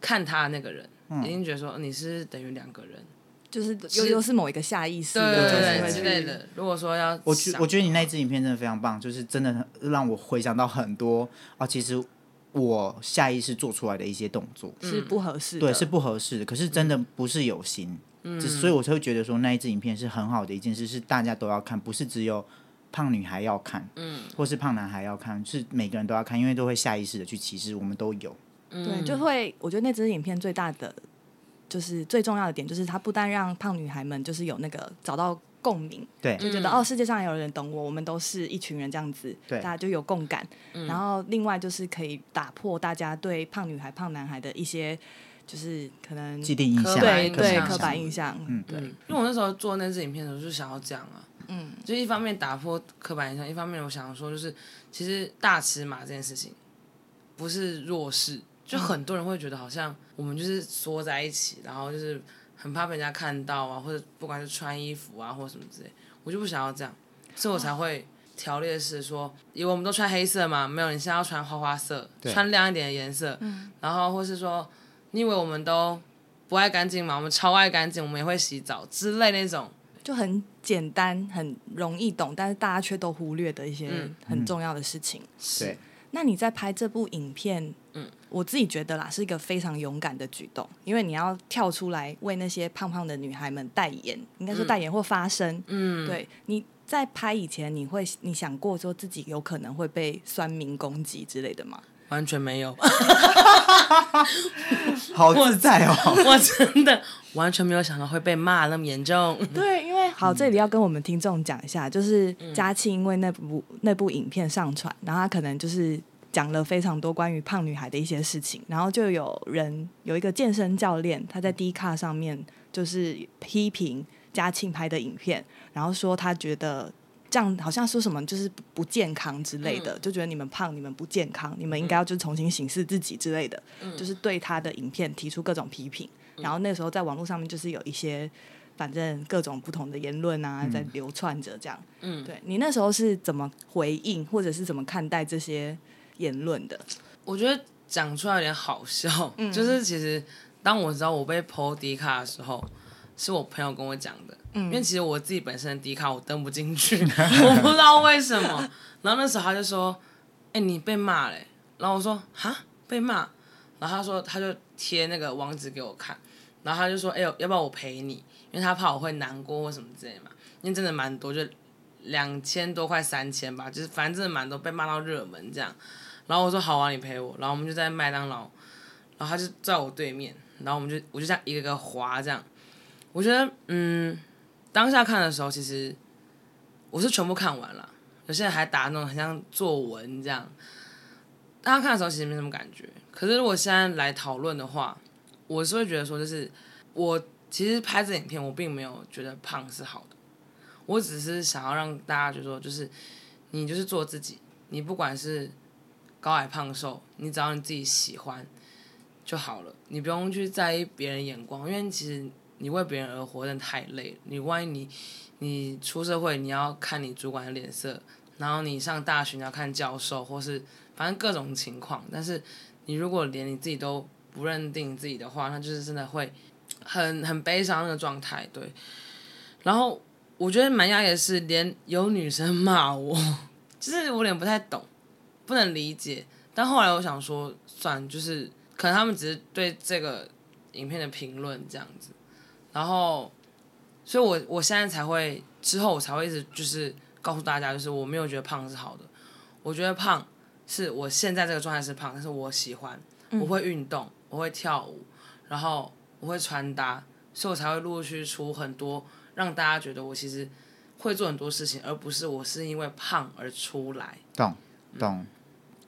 看她的那个人，一定觉得说你是等于两个人，就是又又是某一个下意识对的，就是对对会之去类的。如果说要想，我觉我觉得你那支影片真的非常棒，就是真的很让我回想到很多啊，其实我下意识做出来的一些动作。是嗯不合适的，对，是不合适的。可是真的不是有心，嗯，所以我才会觉得说那一支影片是很好的一件事，是大家都要看，不是只有胖女孩要看，嗯，或是胖男孩要看，是每个人都要看，因为都会下意识的去歧视，我们都有。嗯对，嗯就会我觉得那支影片最大的就是最重要的点，就是它不但让胖女孩们就是有那个找到共鸣，对就嗯觉得、哦，世界上有人懂我，我们都是一群人这样子，对大家就有共感。嗯然后另外就是可以打破大家对胖女孩、胖男孩的一些就是可能既定印象，刻板对印对象刻板象。印象，对，嗯，因为我那时候做那支影片的时候就想要这样啊，嗯，就一方面打破刻板印象，一方面我想说就是，其实大尺码这件事情不是弱势，就很多人会觉得好像我们就是缩在一起，然后就是很怕被人家看到啊，或者不管是穿衣服啊或者什么之类，我就不想要这样，所以我才会。条列式说，以为我们都穿黑色嘛，没有，你现在要穿花花色，穿亮一点的颜色，然后或是说，你以为我们都不爱干净嘛，我们超爱干净，我们也会洗澡之类那种。就很简单、很容易懂，但是大家却都忽略的一些嗯很重要的事情。对，那你在拍这部影片，嗯，我自己觉得啦，是一个非常勇敢的举动，因为你要跳出来为那些胖胖的女孩们代言，应该说代言或发声，嗯，对你。在拍以前，你会你想过说自己有可能会被酸民攻击之类的吗？完全没有，好自在哦。我真的完全没有想到会被骂那么严重。对，因为嗯好，这里要跟我们听众讲一下，就是佳庆因为那部那部影片上传，然后他可能就是讲了非常多关于胖女孩的一些事情，然后就有人有一个健身教练，他在 D 卡上面就是批评佳庆拍的影片，然后说他觉得。这样好像说什么就是不不健康之类的，就觉得你们胖，你们不健康，你们应该要就重新审视自己之类的，就是对他的影片提出各种批评。然后那时候在网络上面就是有一些反正各种不同的言论啊，在流窜着这样。嗯，对你那时候是怎么回应，或者是怎么看待这些言论的？我觉得讲出来有点好笑，就是其实当我知道我被 PO 迪卡的时候，是我朋友跟我讲的，因为其实我自己本身的迪卡我登不进去，我不知道为什么。然后那时候他就说：“哎、你被骂嘞、然后我说：“哈，被骂。”然后他说他就贴那个网址给我看，然后他就说：“哎、呦，要不要我陪你？”因为他怕我会难过或什么之类嘛，因为真的蛮多，就两千多快三千吧，就是反正真的蛮多被骂到热门这样。然后我说好啊，你陪我。然后我们就在麦当劳，然后他就在我对面，然后我们就我就这样一个个滑这样。我觉得嗯，当下看的时候，其实我是全部看完了，有些人还打那种很像作文这样。当下看的时候其实没什么感觉，可是如果现在来讨论的话，我是会觉得说，就是我其实拍这影片，我并没有觉得胖是好的，我只是想要让大家觉得说，就是你就是做自己，你不管是高矮胖瘦，你只要你自己喜欢就好了，你不用去在意别人眼光，因为其实你为别人而活真的太累了。你万一你你出社会，你要看你主管的脸色，然后你上大学你要看教授，或是反正各种情况。但是你如果连你自己都不认定自己的话，那就是真的会很 很悲伤的状态。对，然后我觉得蛮压抑的是，连有女生骂我， 就是我有点不太懂。不能理解。但后来我想说，算了就是可能他们只是对这个影片的评论这样子，然后，所以我我现在才会之后我才会一直就是告诉大家，就是我没有觉得胖是好的，我觉得胖是我现在这个状态是胖，但是我喜欢，我会运动，我会跳舞，然后我会穿搭，所以我才会陆续出很多让大家觉得我其实会做很多事情，而不是我是因为胖而出来。懂懂，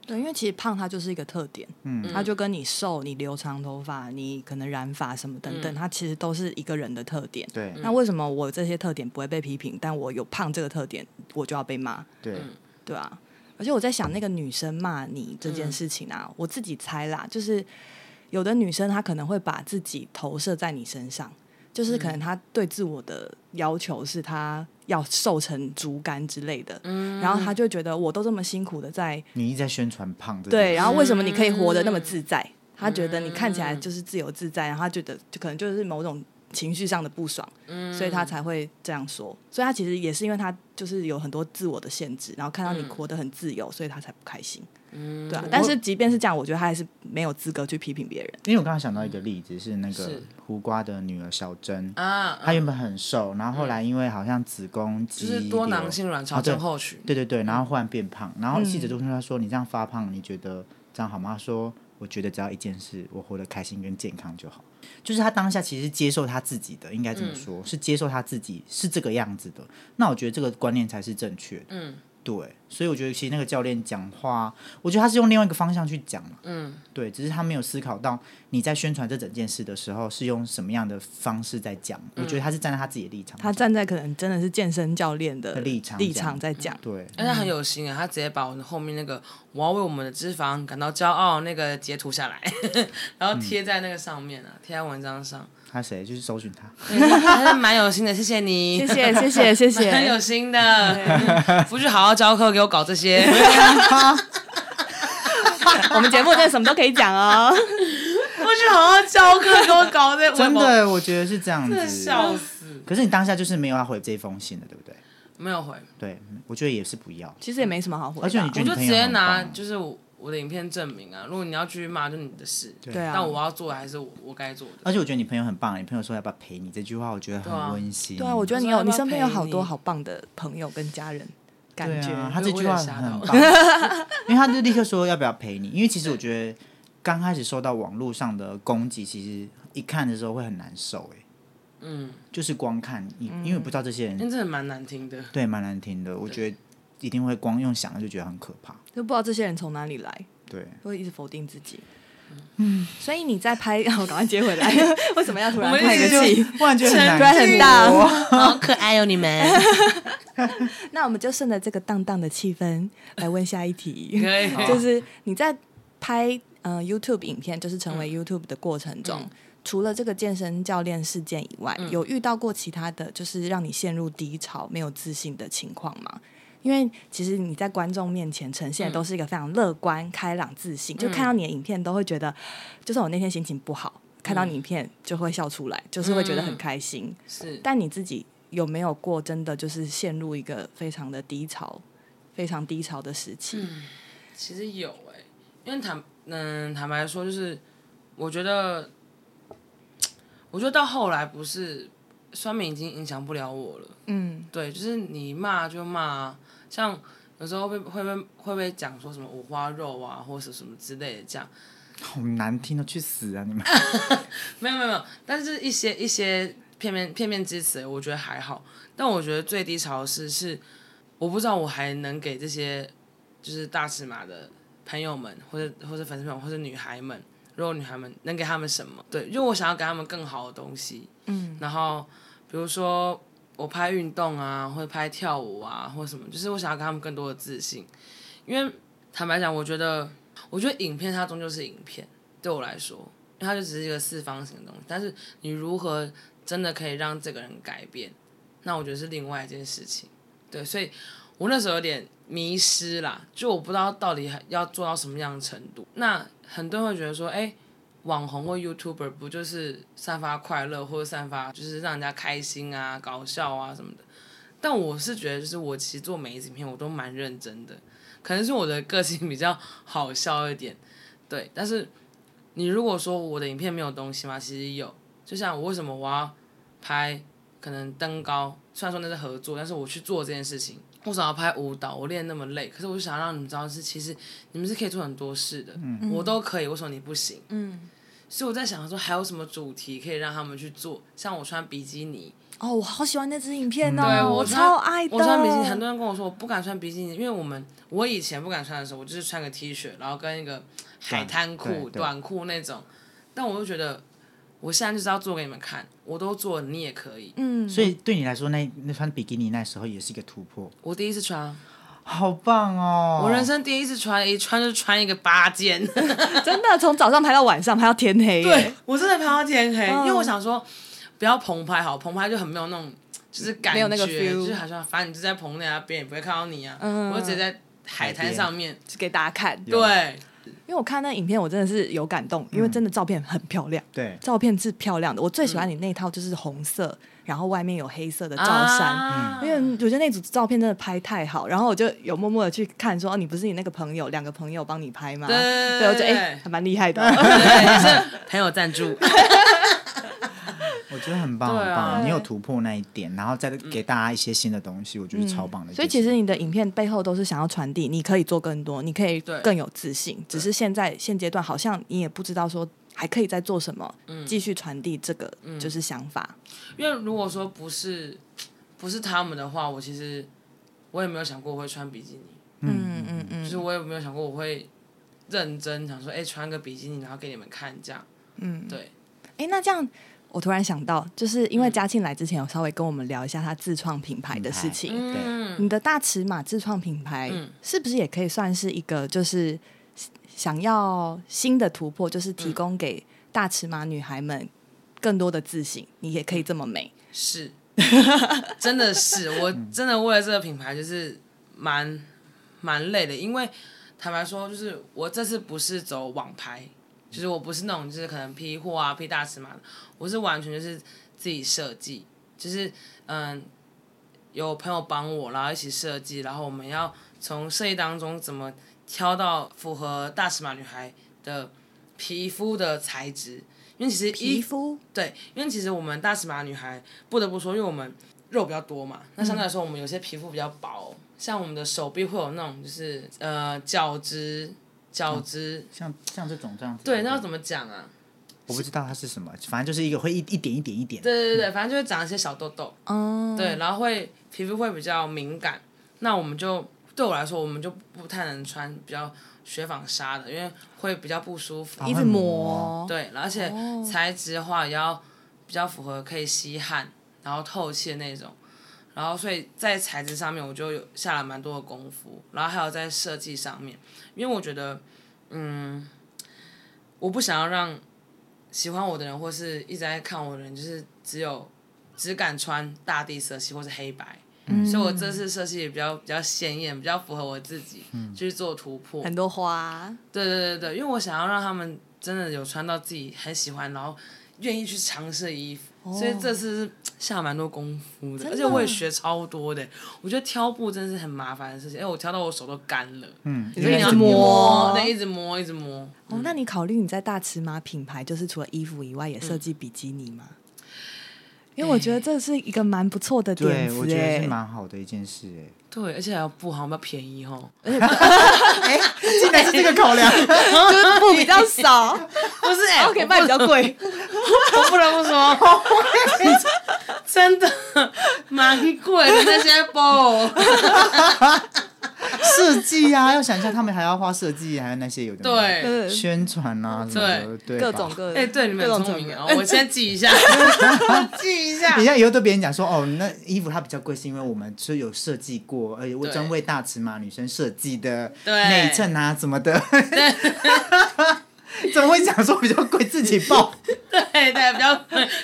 对，因为其实胖它就是一个特点，嗯，它就跟你瘦、你留长头发、你可能染发什么等等，它其实都是一个人的特点。对嗯那为什么我这些特点不会被批评，但我有胖这个特点，我就要被骂？对，对啊，而且我在想那个女生骂你这件事情啊，我自己猜啦，就是有的女生她可能会把自己投射在你身上，就是可能她对自我的要求是她要瘦成竹竿之类的，然后她就觉得我都这么辛苦的在你一直在宣传胖这件事，对，然后为什么你可以活得那么自在？她觉得你看起来就是自由自在，然后她觉得就可能就是某种。情绪上的不爽，所以她才会这样说。所以她其实也是因为她就是有很多自我的限制，然后看到你活得很自由，所以她才不开心。对啊，但是即便是这样，我觉得她还是没有资格去批评别人。因为我刚刚想到一个例子是那个嗯是胡瓜的女儿小珍，啊，她原本很瘦，然后后来因为好像子宫肌就是瘤多囊性卵巢症候群。啊对对对，然后忽然变胖，然后记者就问他说：“你这样发胖，你觉得这样好吗？”他说：“我觉得只要一件事，我活得开心跟健康就好。”就是他当下其实是接受他自己的，应该这么说，是接受他自己是这个样子的。那我觉得这个观念才是正确的。嗯，对，所以我觉得其实那个教练讲话，我觉得他是用另外一个方向去讲嘛。嗯，对，只是他没有思考到你在宣传这整件事的时候是用什么样的方式在讲。我觉得他是站在他自己的立场，她站在可能真的是健身教练的的立场立讲 场在讲，对。而且他很有心啊，他直接把我们后面那个“我要为我们的脂肪感到骄傲”那个截图下来， 然后贴在那个上面啊，贴在文章上， 他谁？就是搜寻他。还是蛮有心的，谢谢你，谢谢谢谢谢 谢，蛮有心的， 不去好好教课，给我搞 这些。我们节目真的什么都可以讲哦。 不去好好教课，给我搞这些， 真我也的，我觉得是这样不笑子。死，可是你当下就是没有要回这封信的，对不对？没有回，对，我觉得也是不要。其实也没什么好回答，而且你觉我得就直接拿你朋友很棒就是我我的影片证明啊，如果你要去骂，就你的事，对啊但我要做的还是我我该做的。而且我觉得你朋友很棒，你朋友说要不要陪你这句话，我觉得很温馨。对啊，我觉得你嗯我说有，要你不要身边有陪好多你好棒的朋友跟家人，感对觉。啊，他这我句有话吓到很棒， 因为他就立刻说要不要陪你，因为其实我觉得刚开始受到网络上的攻击，其实一看的时候会很难受、欸，嗯，就是光看你，因为不知道这些人、因为真的蛮难听的。对蛮难听的，我觉得一定会光用想的就觉得很可怕，就不知道这些人从哪里来，对。会一直否定自己。嗯，所以你在拍， 我赶快接回 来。为什么要突然我们叹一个直气？突然觉得很突然难很大。好可爱哦，你们。 那我们就顺着这个荡荡的气氛来问下一 题，可 以，就是你在拍呃 YouTube 影片，就是成为 YouTube 的过程中，除了这个健身教练事件以外，有遇到过其他的就是让你陷入低潮、没有自信的情况吗？因为其实你在观众面前呈现的都是一个非常乐观、开朗、自信，就看到你的影片都会觉得，就算我那天心情不好，看到你影片就会笑出来，就是会觉得很开心。是但你自己有没有过真的就是陷入一个非常的低潮、非常低潮的时期？其实有哎、因为坦嗯坦白说，就是我觉得，我觉得到后来不是酸民已经影响不了我了。嗯，对，就是你骂就骂、啊，像有时候会会被会被讲说什么五花肉啊，或是什么之类的这样。好难听的，去死啊你们！ 没有没有没有，但是一些一些片面片面之词，我觉得还好。但我觉得最低潮的是是，我不知道我还能给这些就是大尺码的朋友们，或者或者粉丝朋友，或者女孩们，如果女孩们能给他们什么？对，因为我想要给他们更好的东西。嗯，然后比如说我拍运动啊，或者拍跳舞啊，或什么，就是我想要给他们更多的自信。因为坦白讲，我觉得我觉得影片它终究是影片，对我来说，因为它就只是一个四方形的东西。但是你如何真的可以让这个人改变，那我觉得是另外一件事情。对，所以我那时候有点迷失啦，就我不知道到底要做到什么样的程度。那很多人会觉得说，哎、网红或 YouTuber 不就是散发快乐或者散发就是让人家开心啊、搞笑啊什么的？但我是觉得，就是我其实做每一支影片我都蛮认真的，可能是我的个性比较好笑一点，对。但是你如果说我的影片没有东西吗？其实有，就像我为什么我要拍可能登高，虽然说那是合作，但是我去做这件事情。为什么要拍舞蹈？我练那么累，可是我就想让你们知道是，其实你们是可以做很多事的，我都可以，为什么你不行？嗯，所以我在想说，还有什么主题可以让他们去做？像我穿比基尼，哦，我好喜欢那支影片哦，对我穿超爱的。嗯啊我穿比基尼，很多人跟我说我不敢穿比基尼，因为我们我以前不敢穿的时候，我就是穿个 T 恤，然后跟一个海对滩裤、对短裤那种。但我就觉得，我现在就是要做给你们看，我都做了，你也可以。嗯，所以对你来说，那那穿比基尼那时候也是一个突破，我第一次穿啊，好棒哦！我人生第一次穿，一穿就穿一个 八件，真的从早上拍到晚上，拍到天黑耶。对我真的拍到天黑，嗯因为我想说不要棚拍好，棚拍就很没有那种就是感觉，没有那个 feel 就是好像反正你就在棚内啊，别人也不会看到你啊，嗯我就直接在海海滩边上面，就给大家看。有对，因为我看那影片，我真的是有感动，嗯因为真的照片很漂亮。对照片是漂亮的，我最喜欢你那套就是红色，然后外面有黑色的罩衫，嗯啊因为我觉得那组照片真的拍太好，然后我就有默默的去看说，哦，你不是你那个朋友，两个朋友帮你拍吗？对对，我觉得哎、对还蛮厉害的。对，也是朋友赞助，我觉得很棒，对很啊嗯棒，你有突破那一点，然后再给大家一些新的东西，我觉得超棒的一件事。所以其实你的影片背后都是想要传递，你可以做更多，你可以对更有自信。只是现在现阶段好像你也不知道说还可以再做什么，嗯继续传递这个就是想法。 因为如果说不是不是他们的话，我其实我也没有想过我会穿比基尼，嗯嗯就是嗯我也没有想过我会认真想说，哎、穿个比基尼然后给你们看这样，嗯。对，哎、那这样我突然想到，就是因嗯为嘉庆来之前有稍微跟我们聊一下他自创品牌的事情。对嗯，你的大尺码自创品牌嗯是不是也可以算是一个就是想要新的突破，就是嗯提供给大尺码女孩们更多的自信？你也可嗯以这么美，是， 真的是，我真的为了这个品牌就是蛮蛮累的，因为坦白说，就是我这次不是走网拍，就是我不是那种就是可能批货啊、批大尺码的，我是完全就是自己设计，就是嗯，有朋友帮我，然后一起设计，然后我们要从设计当中怎么挑到符合大尺码女孩的皮肤的材质，因为其实皮衣服。肤对，因为其实我们大尺码女孩不得不说，因为我们肉比较多嘛，那相对来说我们有些皮肤比较薄，像我们的手臂会有那种就是呃角质角质，像像这种这样子。对，那要怎么讲啊？我不知道它是什么，反正就是一个会一一点一点一点。对对对对，反正就会长一些小痘痘，嗯，对，然后会皮肤会比较敏感。那我们就对我来说，我们就不太能穿比较雪纺纱的，因为会比较不舒服。一直磨，对，而且哦材质的话也要比较符合可以吸汗，然后透气的那种。然后，所以在材质上面我就有下了蛮多的功夫，然后还有在设计上面，因为我觉得，嗯，我不想要让喜欢我的人或是一直在看我的人，就是只有只敢穿大地色系或是黑白，所以我这次色系也比较比较鲜艳，比较符合我自己，去做突破。很多花，对对对对，因为我想要让他们真的有穿到自己很喜欢，然后愿意去尝试的衣服，所以这次是下蛮多功夫的，哦真的而且我也学超多的。我觉得挑布真的是很麻烦的事情，哎因为我挑到我手都干了，嗯，因为你要一直摸啊对，一直摸，一直摸。哦，那你考虑你在大尺码品牌，就是除了衣服以外，也设计比基尼吗？因为我觉得这是一个蛮不错的点对，子、欸，我觉得是蛮好的一件事哎。对，而且还要布，好像比较便宜哦。竟然是这个考 量，就是布比较少， 不是哎、 OK 卖比较贵，我不得不说，真的蛮贵的那些布。 设计啊，要想一下，他们还要花设计，还有那些有的没的对，对宣传啊，什么的对吧各种。各，哎、对，你们各很种聪种明类哦，我先记 一下，记一 下等一。下，以后对别人讲说，哦，那衣服它比较贵，是因为我们是有设计过，而且我对专为大尺码女生设计的对内衬啊什么 的。怎么会讲说比较贵自己报？对对，不要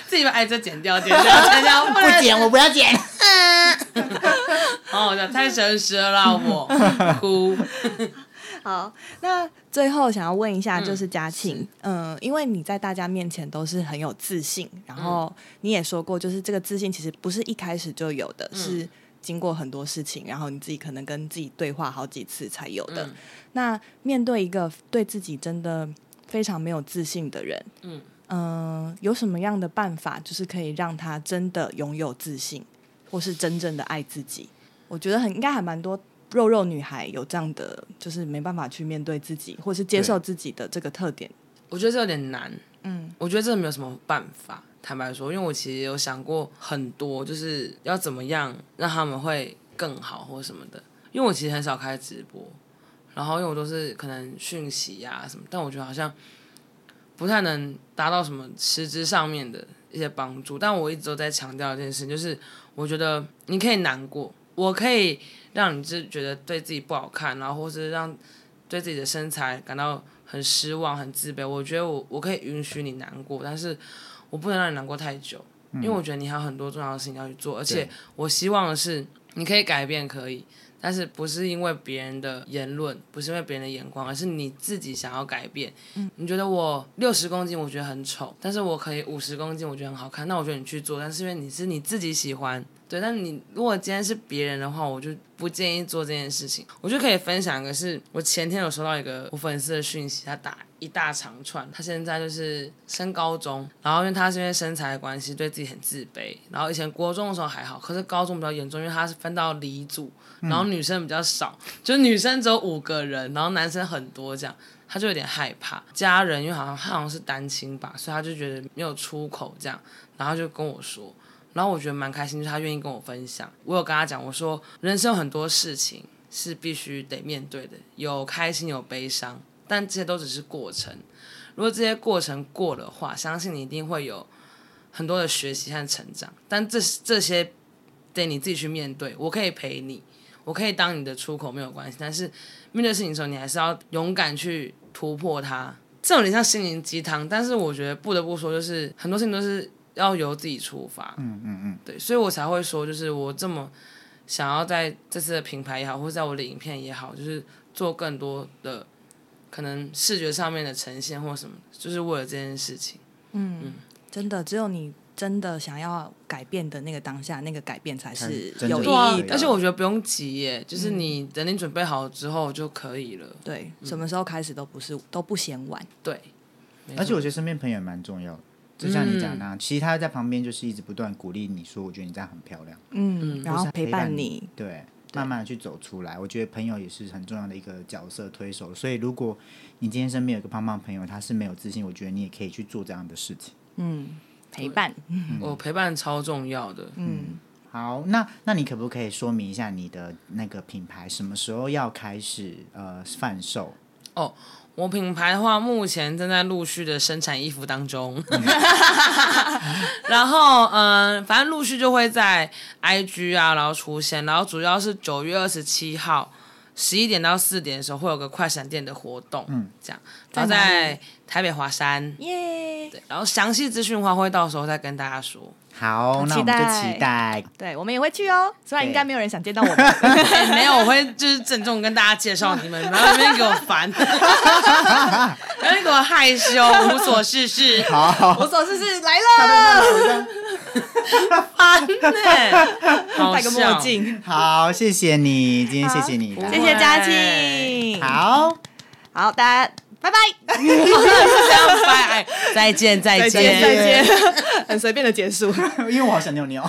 自己把哎这剪掉，剪掉，剪掉， 不然不剪，我不要 剪。好好笑，太诚实了啦，我哭。好，那最后想要问一下，就是嘉庆，嗯、因为你在大家面前都是很有自信，然后嗯你也说过，就是这个自信其实不是一开始就有的，嗯是经过很多事情，然后你自己可能跟自己对话好几次才有的。嗯那面对一个对自己真的非常没有自信的人，嗯嗯有什么样的办法，就是可以让他真的拥有自信，或是真正的爱自己？我觉得很应该还蛮多肉肉女孩有这样的，就是没办法去面对自己，或是接受自己的这个特点。我觉得这有点难，嗯，我觉得这没有什么办法。坦白说，因为我其实有想过很多，就是要怎么样让他们会更好或什么的。因为我其实很少开直播，然后因为我都是可能讯息呀、什么，但我觉得好像不太能达到什么实质上面的一些帮助。但我一直都在强调一件事情，就是我觉得你可以难过，我可以让你就是觉得对自己不好看，然后或是让对自己的身材感到很失望、很自卑。我觉得我我可以允许你难过，但是我不能让你难过太久，因为我觉得你还有很多重要的事情要去做，而且对我希望的是你可以改变，可以。但是不是因为别人的言论，不是因为别人的眼光，而是你自己想要改变。你觉得我六十公斤，我觉得很丑，但是我可以五十公斤，我觉得很好看。那我觉得你去做，但是因为你是你自己喜欢，对。但你如果今天是别人的话，我就不建议做这件事情。我就可以分享一个是我前天有收到一个我粉丝的讯息，他打一大长串，他现在就是升高中，然后因为他是因为身材的关系，对自己很自卑。然后以前国中的时候还好，可是高中比较严重，因为他是分到离组，然后女生比较少，就女生只有五个人，然后男生很多这样。他就有点害怕家人，因为好像他好像是单亲吧，所以他就觉得没有出口这样，然后就跟我说，然后我觉得蛮开心，就是他愿意跟我分享。我有跟他讲，我说人生有很多事情是必须得面对的，有开心有悲伤，但这些都只是过程。如果这些过程过了的话，相信你一定会有很多的学习和成长。但这这些得你自己去面对，我可以陪你，我可以当你的出口没有关系，但是面对事情的时候，你还是要勇敢去突破它。这种有点像心灵鸡汤，但是我觉得不得不说，就是很多事情都是要由自己出发。嗯嗯嗯，对，所以我才会说，就是我这么想要在这次的品牌也好，或者在我的影片也好，就是做更多的可能视觉上面的呈现或什么，就是为了这件事情。真的，只有你真的想要改变的那个当下，那个改变才是才真有正意对啊义的。嗯而且我觉得不用急耶，就是你等你准备好之后就可以了。啊对，什么时候开始都不是都不嫌晚。对，而且我觉得身边朋友也蛮重要的。就像你讲的、啊，嗯其实他在旁边就是一直不断鼓励你说，我觉得你这样很漂亮，嗯，然就后是陪伴你，，对，慢慢的去走出来。我觉得朋友也是很重要的一个角色推手，所以如果你今天身边有个胖胖朋友，他是没有自信，我觉得你也可以去做这样的事情。嗯，陪伴，我陪伴超重要的。嗯，好，那那你可不可以说明一下你的那个品牌什么时候要开始呃贩售？我品牌的话，目前正在陆续的生产衣服当中，然后嗯、呃反正陆续就会在 IG 啊，然后出现，然后主要是九月二十七号十一点到四点的时候会有个快闪店的活动，嗯，这样，然后在哪里在台北华山，耶，对，然后详细资讯的话会到时候再跟大家说。好，那我期们就待期待。对，我们也会去哦，虽然对应该没有人想见 到我们，哎没有，我会就是郑重跟大家介绍你们，不要在那边给我烦，不要给我害羞，无所事事，好，我所事事来了，烦呢、好戴个墨笑，镜，好，谢谢你，今天谢谢你好谢来。谢嘉庆，好，哎好，大家拜拜， 这样拜，哎再见，再 再见，再见，很随便的结束。 因为我好想尿尿。